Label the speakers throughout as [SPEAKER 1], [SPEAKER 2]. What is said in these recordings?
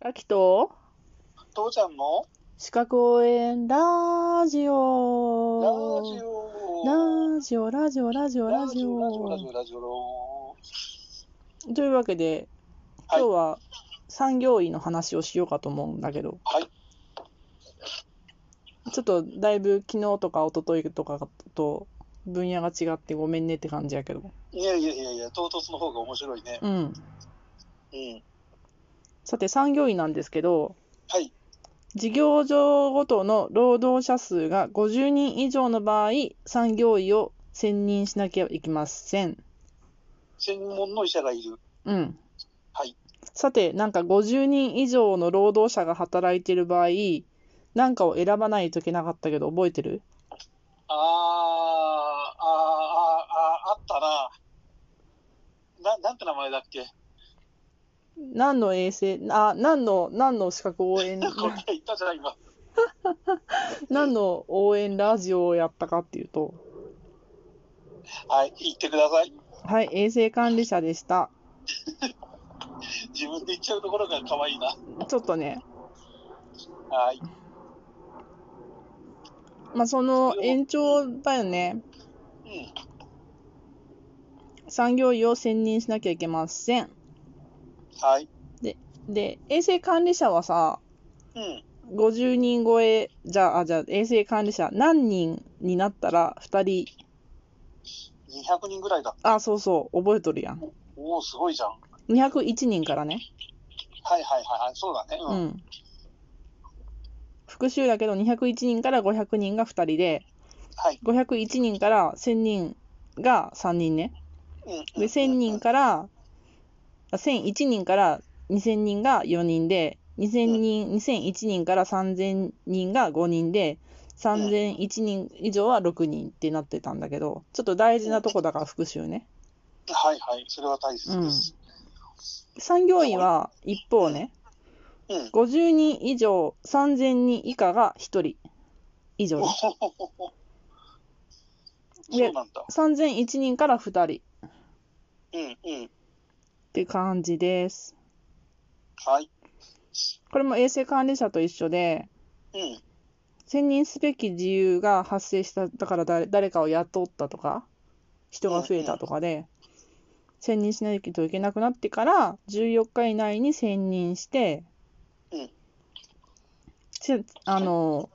[SPEAKER 1] あきと、
[SPEAKER 2] 父ちゃんの
[SPEAKER 1] 資格応援ラジ
[SPEAKER 2] ラジ
[SPEAKER 1] オ。
[SPEAKER 2] オ
[SPEAKER 1] ラジオ、ラジオ、ラジオ、ラジ
[SPEAKER 2] ラジオラジ
[SPEAKER 1] オ。
[SPEAKER 2] オラジオ
[SPEAKER 1] というわけで、
[SPEAKER 2] は
[SPEAKER 1] 今
[SPEAKER 2] い
[SPEAKER 1] 日は産業医の話をしようかと思うんだけど、
[SPEAKER 2] はい
[SPEAKER 1] ちょっとだいぶ昨日とか一昨日とかと分野が違ってごめんねって感じやけど。
[SPEAKER 2] いやいやいやいや唐突の方が面白いね
[SPEAKER 1] うん。
[SPEAKER 2] うん
[SPEAKER 1] さて、産業医なんですけど、
[SPEAKER 2] はい
[SPEAKER 1] 事業所ごとの労働者数が50人以上の場合、産業医を選任しなきゃいけません。
[SPEAKER 2] 専門の医者がいる
[SPEAKER 1] うん。
[SPEAKER 2] はい
[SPEAKER 1] さて、なんか50人以上の労働者が働いている場合、なんかを選ばないといけなかったけど、覚えてる
[SPEAKER 2] あーあーあーあーあったなななんて名前だっけ
[SPEAKER 1] 何の衛生、あ、何の、何の資格応援、
[SPEAKER 2] これ言ったじゃん今
[SPEAKER 1] 何の応援ラジオをやったかっていうと、
[SPEAKER 2] はい言ってください
[SPEAKER 1] はい、衛生管理者でした。
[SPEAKER 2] 自分で言っちゃうところが可愛いな
[SPEAKER 1] ちょっとね、
[SPEAKER 2] はい
[SPEAKER 1] まあ、その延長だよね。
[SPEAKER 2] うん
[SPEAKER 1] 産業医を選任しなきゃいけません。
[SPEAKER 2] はい
[SPEAKER 1] で、衛生管理者はさ、
[SPEAKER 2] うん
[SPEAKER 1] 50人超え、じゃあ、あじゃあ、衛生管理者、何人になったら2人、
[SPEAKER 2] 200人ぐらいだ
[SPEAKER 1] あ、そうそう、覚えとるやん。
[SPEAKER 2] おおすごいじゃんはい
[SPEAKER 1] 201人からね。
[SPEAKER 2] はいはいはいそうだねう、
[SPEAKER 1] うんん。復習だけど、201人から500人が2人で、
[SPEAKER 2] はい
[SPEAKER 1] 501人から1000人が3人ね。
[SPEAKER 2] うんうん
[SPEAKER 1] で、1000人から、あ1001人から2000人が4人で、2000人、2001人から3000人が5人で、3001人以上は6人ってなってたんだけど、ちょっと大事なとこだから復習ね。
[SPEAKER 2] はいはい、それは大切です。
[SPEAKER 1] 産業医は一方ね、
[SPEAKER 2] うん。
[SPEAKER 1] 50人以上、3000人以下が1人以上
[SPEAKER 2] お
[SPEAKER 1] で
[SPEAKER 2] ほほほほそうなんだ。
[SPEAKER 1] す。3001人から2人っ
[SPEAKER 2] うんうん。
[SPEAKER 1] て感じです。
[SPEAKER 2] はい。
[SPEAKER 1] これも衛生管理者と一緒で、
[SPEAKER 2] うん。
[SPEAKER 1] 選任すべき自由が発生した、だから誰誰かを雇ったとか、人が増えたとかで、選任しないといけなくなってから、14日以内に選任して、
[SPEAKER 2] うん
[SPEAKER 1] せあの、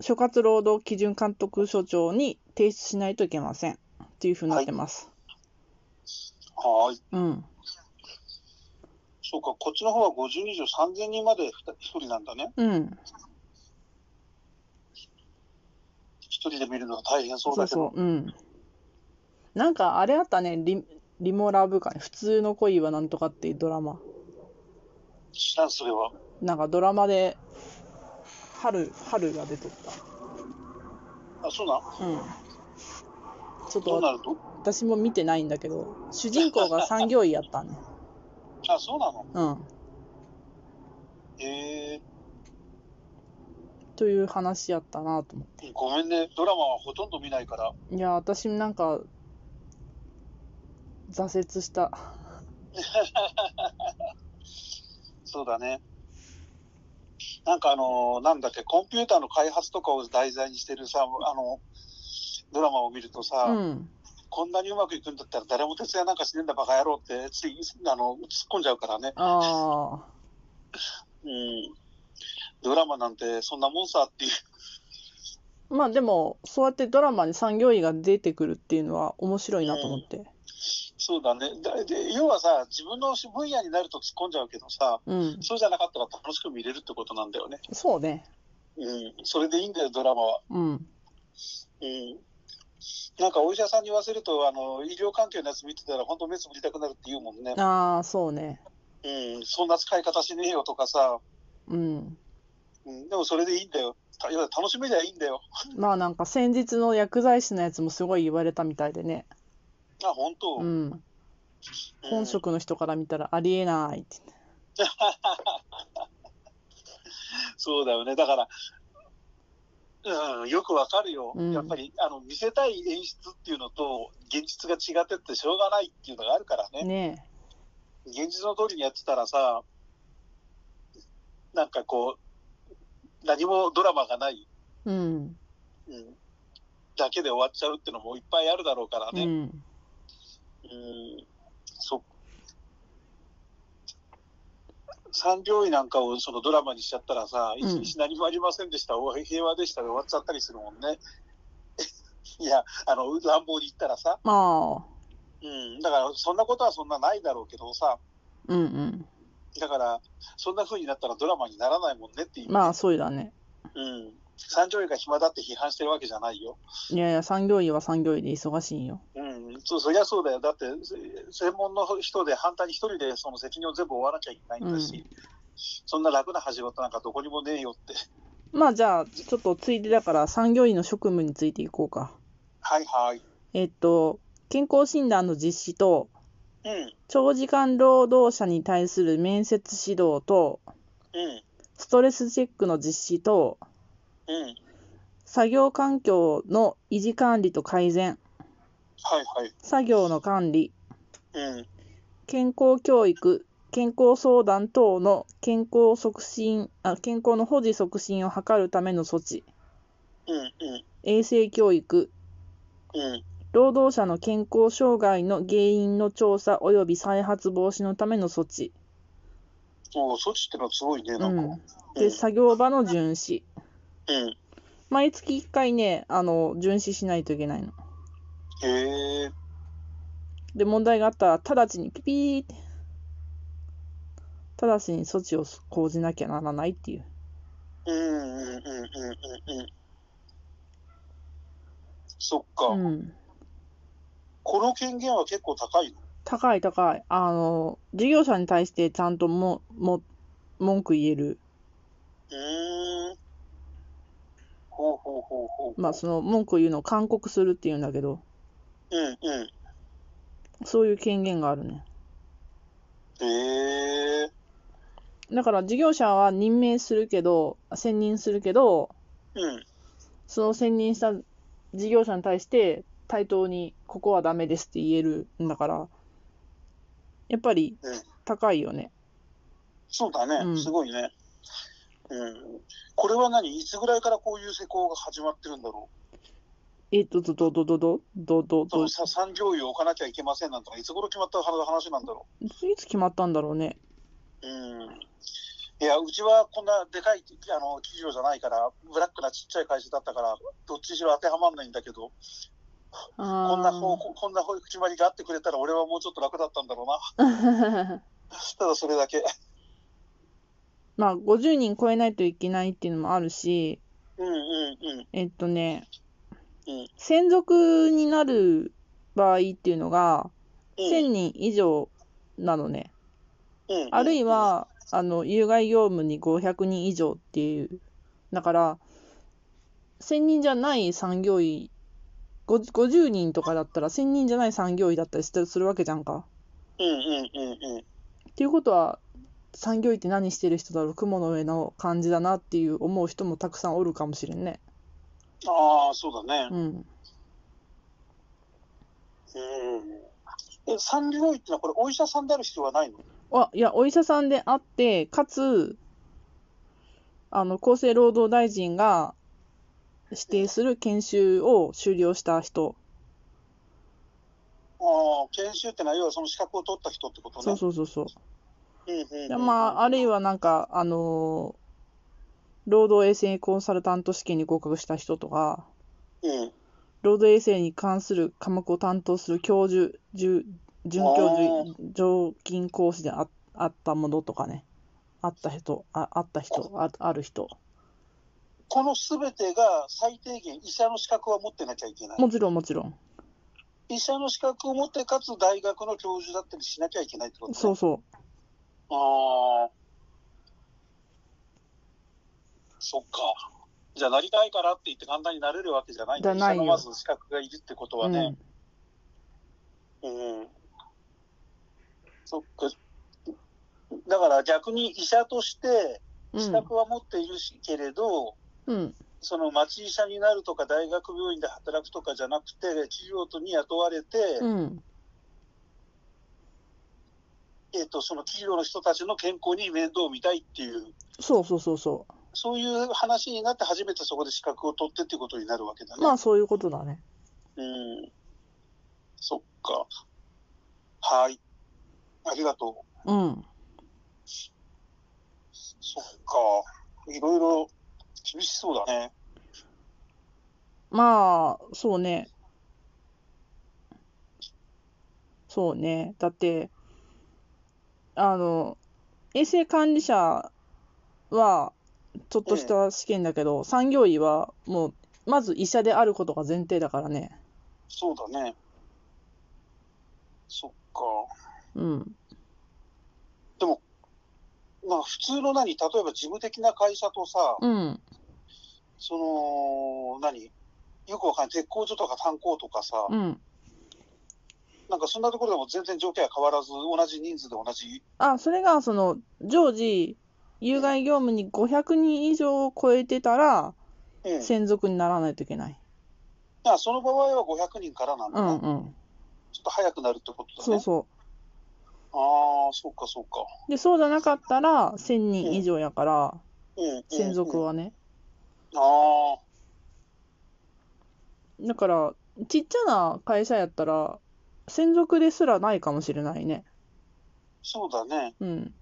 [SPEAKER 1] 所轄労働基準監督署長に提出しないといけませんっていうふうになってます。
[SPEAKER 2] はーい。
[SPEAKER 1] うん。
[SPEAKER 2] そうか、こっちの方は50以上3000人まで1人なんだね。
[SPEAKER 1] うん。
[SPEAKER 2] 1人で見るのは大変そう
[SPEAKER 1] そう
[SPEAKER 2] だけど。
[SPEAKER 1] そう。うん。なんかあれあったね、リリモラブかね、普通の恋はなんとかっていうドラマ。
[SPEAKER 2] 知らん、それは。
[SPEAKER 1] なんかドラマで春春が出とっ
[SPEAKER 2] あ、そうなん。
[SPEAKER 1] た、うん、ちょっ
[SPEAKER 2] ど
[SPEAKER 1] と
[SPEAKER 2] うなると
[SPEAKER 1] 私も見てないんだけど主人公が産業医やったね
[SPEAKER 2] あ、そうなの。
[SPEAKER 1] うん
[SPEAKER 2] ええ
[SPEAKER 1] という話やったなと思っ
[SPEAKER 2] ごめんね。ドラマはほとんど見ないから。
[SPEAKER 1] ていや私なんか挫折した
[SPEAKER 2] そうだね。なんかあのーなんだっけ、コンピューターの開発とかを題材にしてるさ、あの、ドラマを見るとさ、
[SPEAKER 1] うん
[SPEAKER 2] こんなにうまくいくんだったら誰も徹夜なんかしねえんだバカ野郎ってついあの突っ込んじゃうからね、
[SPEAKER 1] ああ
[SPEAKER 2] うん、ドラマなんてそんなもんさっていう、
[SPEAKER 1] まあでもそうやってドラマに産業医が出てくるっていうのは面白いなと思って
[SPEAKER 2] そうだねだで、要はさ、自分の分野になると突っ込んじゃうけどさ、
[SPEAKER 1] うん
[SPEAKER 2] そうじゃなかったら楽しく見れるってことなんだよね、
[SPEAKER 1] そうね
[SPEAKER 2] うん、それでいいんだよ、ドラマは。
[SPEAKER 1] うん
[SPEAKER 2] うんなんかお医者さんに言わせるとあの、医療関係のやつ見てたら、本当、目つぶりたくなるって言うもんね、
[SPEAKER 1] ああそうね
[SPEAKER 2] うん、そんな使い方しねえよとかさ、
[SPEAKER 1] うん
[SPEAKER 2] うん、でもそれでいいんだよ、た要は楽しめりゃいいんだよ、
[SPEAKER 1] まあなんか先日の薬剤師のやつもすごい言われたみたいでね、
[SPEAKER 2] あ本当、
[SPEAKER 1] うん、
[SPEAKER 2] うん
[SPEAKER 1] 本職の人から見たらありえないって
[SPEAKER 2] そうだよね。だから、うん、よくわかるよ。
[SPEAKER 1] うん
[SPEAKER 2] やっぱり、あの、見せたい演出っていうのと、現実が違ってってしょうがないっていうのがあるからね。
[SPEAKER 1] ね
[SPEAKER 2] 現実の通りにやってたらさ、なんかこう、何もドラマがない、
[SPEAKER 1] うん。
[SPEAKER 2] うん、だけで終わっちゃうってのもいっぱいあるだろうから
[SPEAKER 1] う
[SPEAKER 2] ね。
[SPEAKER 1] ん。
[SPEAKER 2] うん、そ産業医なんかをそのドラマにしちゃったらさ、一
[SPEAKER 1] うん
[SPEAKER 2] 日何もありませんでした、お平和でしたで終わっちゃったりするもんね。 いや、あの、乱暴に言ったらさ、
[SPEAKER 1] まあ、
[SPEAKER 2] うん、だからそんなことはそんなないだろうけどさ、
[SPEAKER 1] うんうん。
[SPEAKER 2] だから、そんな風になったらドラマにならないもんねっていう。
[SPEAKER 1] まあ、そうだね。
[SPEAKER 2] うん。産業医が暇だって批判してるわけじゃないよ。
[SPEAKER 1] いやいや、産業医は産業医で忙しいよ。
[SPEAKER 2] うん、そうそりゃそうだよ。だって、せ専門の人で反対に一人でその責任を全部負わなきゃいけないんだし、
[SPEAKER 1] うん
[SPEAKER 2] そんな楽な始まったなんかどこにもねえよって。
[SPEAKER 1] まあ、じゃあ、ちょっとついでだから、産業医の職務についていこうか。
[SPEAKER 2] はいはい。
[SPEAKER 1] えっと、健康診断の実施と、
[SPEAKER 2] うん、
[SPEAKER 1] 長時間労働者に対する面接指導と、
[SPEAKER 2] うん、
[SPEAKER 1] ストレスチェックの実施と、
[SPEAKER 2] うん。はい
[SPEAKER 1] 作業環境の維持管理と改善、
[SPEAKER 2] はい。
[SPEAKER 1] 作業の管理、
[SPEAKER 2] うん、
[SPEAKER 1] 健康教育、健康相談等の健康促進、あ健康の保持促進を図るための措置、
[SPEAKER 2] うん、うん、
[SPEAKER 1] 衛生教育、
[SPEAKER 2] うん、
[SPEAKER 1] 労働者の健康障害の原因の調査及び再発防止のための措置、
[SPEAKER 2] おう措置ってのはすごいね、なん
[SPEAKER 1] う
[SPEAKER 2] か。うん、うん
[SPEAKER 1] ん、で作業場の巡視、毎月1回ね、あの巡視しないといけないの。
[SPEAKER 2] へえ、
[SPEAKER 1] で、問題があったら、直ちにピピーって、直ちに措置を講じなきゃならないっていう。
[SPEAKER 2] うん、うん、うん、うん、うん、うん。そっか、
[SPEAKER 1] うん。
[SPEAKER 2] この権限は結構高いの
[SPEAKER 1] 高い高い。あの、事業者に対してちゃんとも、も、文句言える。
[SPEAKER 2] うーん。ほうほうほうほう。
[SPEAKER 1] まあ、その、文句言うのを勧告するっていうんだけど、
[SPEAKER 2] うんうん。
[SPEAKER 1] そういう権限があるね。
[SPEAKER 2] へえ。
[SPEAKER 1] だから、事業者は任命するけど、選任するけど、
[SPEAKER 2] うん。
[SPEAKER 1] その選任した事業者に対して対等にここはダメですって言えるんだから、やっぱり
[SPEAKER 2] うん
[SPEAKER 1] 高いよね。
[SPEAKER 2] そうだね。
[SPEAKER 1] うん
[SPEAKER 2] すごいね。うん。これは何いつぐらいからこういう施工が始まってるんだろ
[SPEAKER 1] えっと、どどどどどどど
[SPEAKER 2] うそ
[SPEAKER 1] ど、
[SPEAKER 2] の
[SPEAKER 1] い
[SPEAKER 2] さ産業医を置かなきゃいけませんなんとか、いつ頃決まった話なんだろ
[SPEAKER 1] つ決まったんだろうね。
[SPEAKER 2] ううん。いや、うちはこんなでかいあの企業じゃないから、ブラックなちっちゃい会社だったから、どっちにしろ当てはまんないんだけど、こんな方
[SPEAKER 1] あ
[SPEAKER 2] 向、こんな決まりがあってくれたら、俺はもうちょっと楽だったんだろうな。
[SPEAKER 1] あ。
[SPEAKER 2] ただそれだけ。
[SPEAKER 1] まあ、50人超えないといけないっていうのもあるし、
[SPEAKER 2] うんうんうん。
[SPEAKER 1] えっとね
[SPEAKER 2] うん、
[SPEAKER 1] 専属になる場合っていうのが、1000人以上なのね。あるい、は、あの、有害業務に500人以上っていう。だから、1000人じゃない産業医、50 50人とかだったら、1000人じゃない産業医だったりしてするわけじゃんか。
[SPEAKER 2] うんうんうんうん。
[SPEAKER 1] っていうことは、産業医って何してる人だろう、雲の上の感じだなっていう思う人もたくさんおるかもしれんね。
[SPEAKER 2] ああ、そうだね。
[SPEAKER 1] うん。
[SPEAKER 2] うん。え、産業医ってのはこれお医者さんである必要はないの
[SPEAKER 1] あ、いや、お医者さんであって、かつ、あの、厚生労働大臣が指定する研修を修了した人。
[SPEAKER 2] ああ、研修ってのは要はその資格を取った人ってことね。
[SPEAKER 1] そうそうそうそう。
[SPEAKER 2] うんうん
[SPEAKER 1] で
[SPEAKER 2] うん。
[SPEAKER 1] まあ、あるいはなんか、あのー労働衛生コンサルタント試験に合格した人とか、
[SPEAKER 2] うん。
[SPEAKER 1] 労働衛生に関する科目を担当する教授、准准教授、常勤講師でああったものとかね、あった人、ああった人あ、ある人、
[SPEAKER 2] このすべてが最低限医者の資格は持ってなきゃいけない。
[SPEAKER 1] もちろんもちろん、
[SPEAKER 2] 医者の資格を持って、かつ大学の教授だったりしなきゃいけないってことね。
[SPEAKER 1] そうそう、
[SPEAKER 2] ああ。そっか。じゃあ、なりたいからって言って簡単になれるわけじゃないんだ
[SPEAKER 1] じゃないよ
[SPEAKER 2] 医者のまず資格がいるってことは
[SPEAKER 1] う
[SPEAKER 2] ね
[SPEAKER 1] ん。、
[SPEAKER 2] うん。そっか。だから逆に医者として
[SPEAKER 1] う
[SPEAKER 2] 資
[SPEAKER 1] ん、
[SPEAKER 2] 格は持っているし、けれど、
[SPEAKER 1] うん、
[SPEAKER 2] その町医者になるとか大学病院で働くとかじゃなくて、企業とに雇われて、
[SPEAKER 1] うん、
[SPEAKER 2] えっと、その企業の人たちの健康に面倒を見たいっていう
[SPEAKER 1] そうそうそうそう。
[SPEAKER 2] そういう話になって初めてそこで資格を取ってっていうことになるわけだね。
[SPEAKER 1] まあそういうことだね。
[SPEAKER 2] うん。そっか。はい。ありがと
[SPEAKER 1] う。うん。
[SPEAKER 2] そっか。いろいろ厳しそうだね。
[SPEAKER 1] まあ、そうね。そうね。だって、あの、衛生管理者は、ちょっとした試験だけど、うん、産業医はもう、まず医者であることが前提だからね。
[SPEAKER 2] そうだね。そっか。
[SPEAKER 1] うん。
[SPEAKER 2] でも、まあ普通の何、例えば事務的な会社とさ、
[SPEAKER 1] うん、
[SPEAKER 2] その、何、よくわかんない、鉄工所とか炭鉱とかさ、
[SPEAKER 1] うん、
[SPEAKER 2] なんかそんなところでも全然条件は変わらず、同じ人数で同じ。
[SPEAKER 1] あ、それが、その、常時、有害業務に500人以上を超えてたら、
[SPEAKER 2] うん、
[SPEAKER 1] 専属にならないといけない。
[SPEAKER 2] あその場合は500人からなんだ、
[SPEAKER 1] ね、うんうん、
[SPEAKER 2] ちょっと早くなるってことだね。。
[SPEAKER 1] そうそう
[SPEAKER 2] ああ、そうかそうか。
[SPEAKER 1] で、そうじゃなかったら、1000人以上やから、
[SPEAKER 2] うんうん、
[SPEAKER 1] 専属はね。
[SPEAKER 2] ああ。
[SPEAKER 1] だから、ちっちゃな会社やったら、専属ですらないかもしれないね。
[SPEAKER 2] そうだね。
[SPEAKER 1] うん。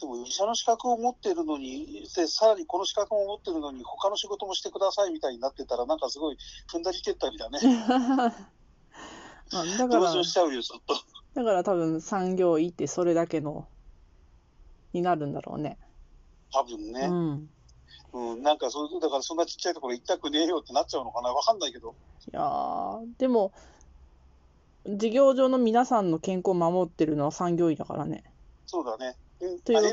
[SPEAKER 2] でも医者の資格を持ってるのに、でさらにこの資格も持ってるのに、他の仕事もしてくださいみたいになってたら、なんかすごい踏んだり蹴ったりだね。
[SPEAKER 1] まあ、だから、
[SPEAKER 2] しちゃうよちょっと
[SPEAKER 1] だから多分産業医ってそれだけの、になるんだろうね。
[SPEAKER 2] 多分ね。
[SPEAKER 1] うん。
[SPEAKER 2] うん、なんかそう、だからそんなちっちゃいところ行きたくねえよってなっちゃうのかな、わかんないけど。
[SPEAKER 1] いやー、でも、事業上の皆さんの健康を守ってるのは産業医だからね。
[SPEAKER 2] そうだね。
[SPEAKER 1] というわけで。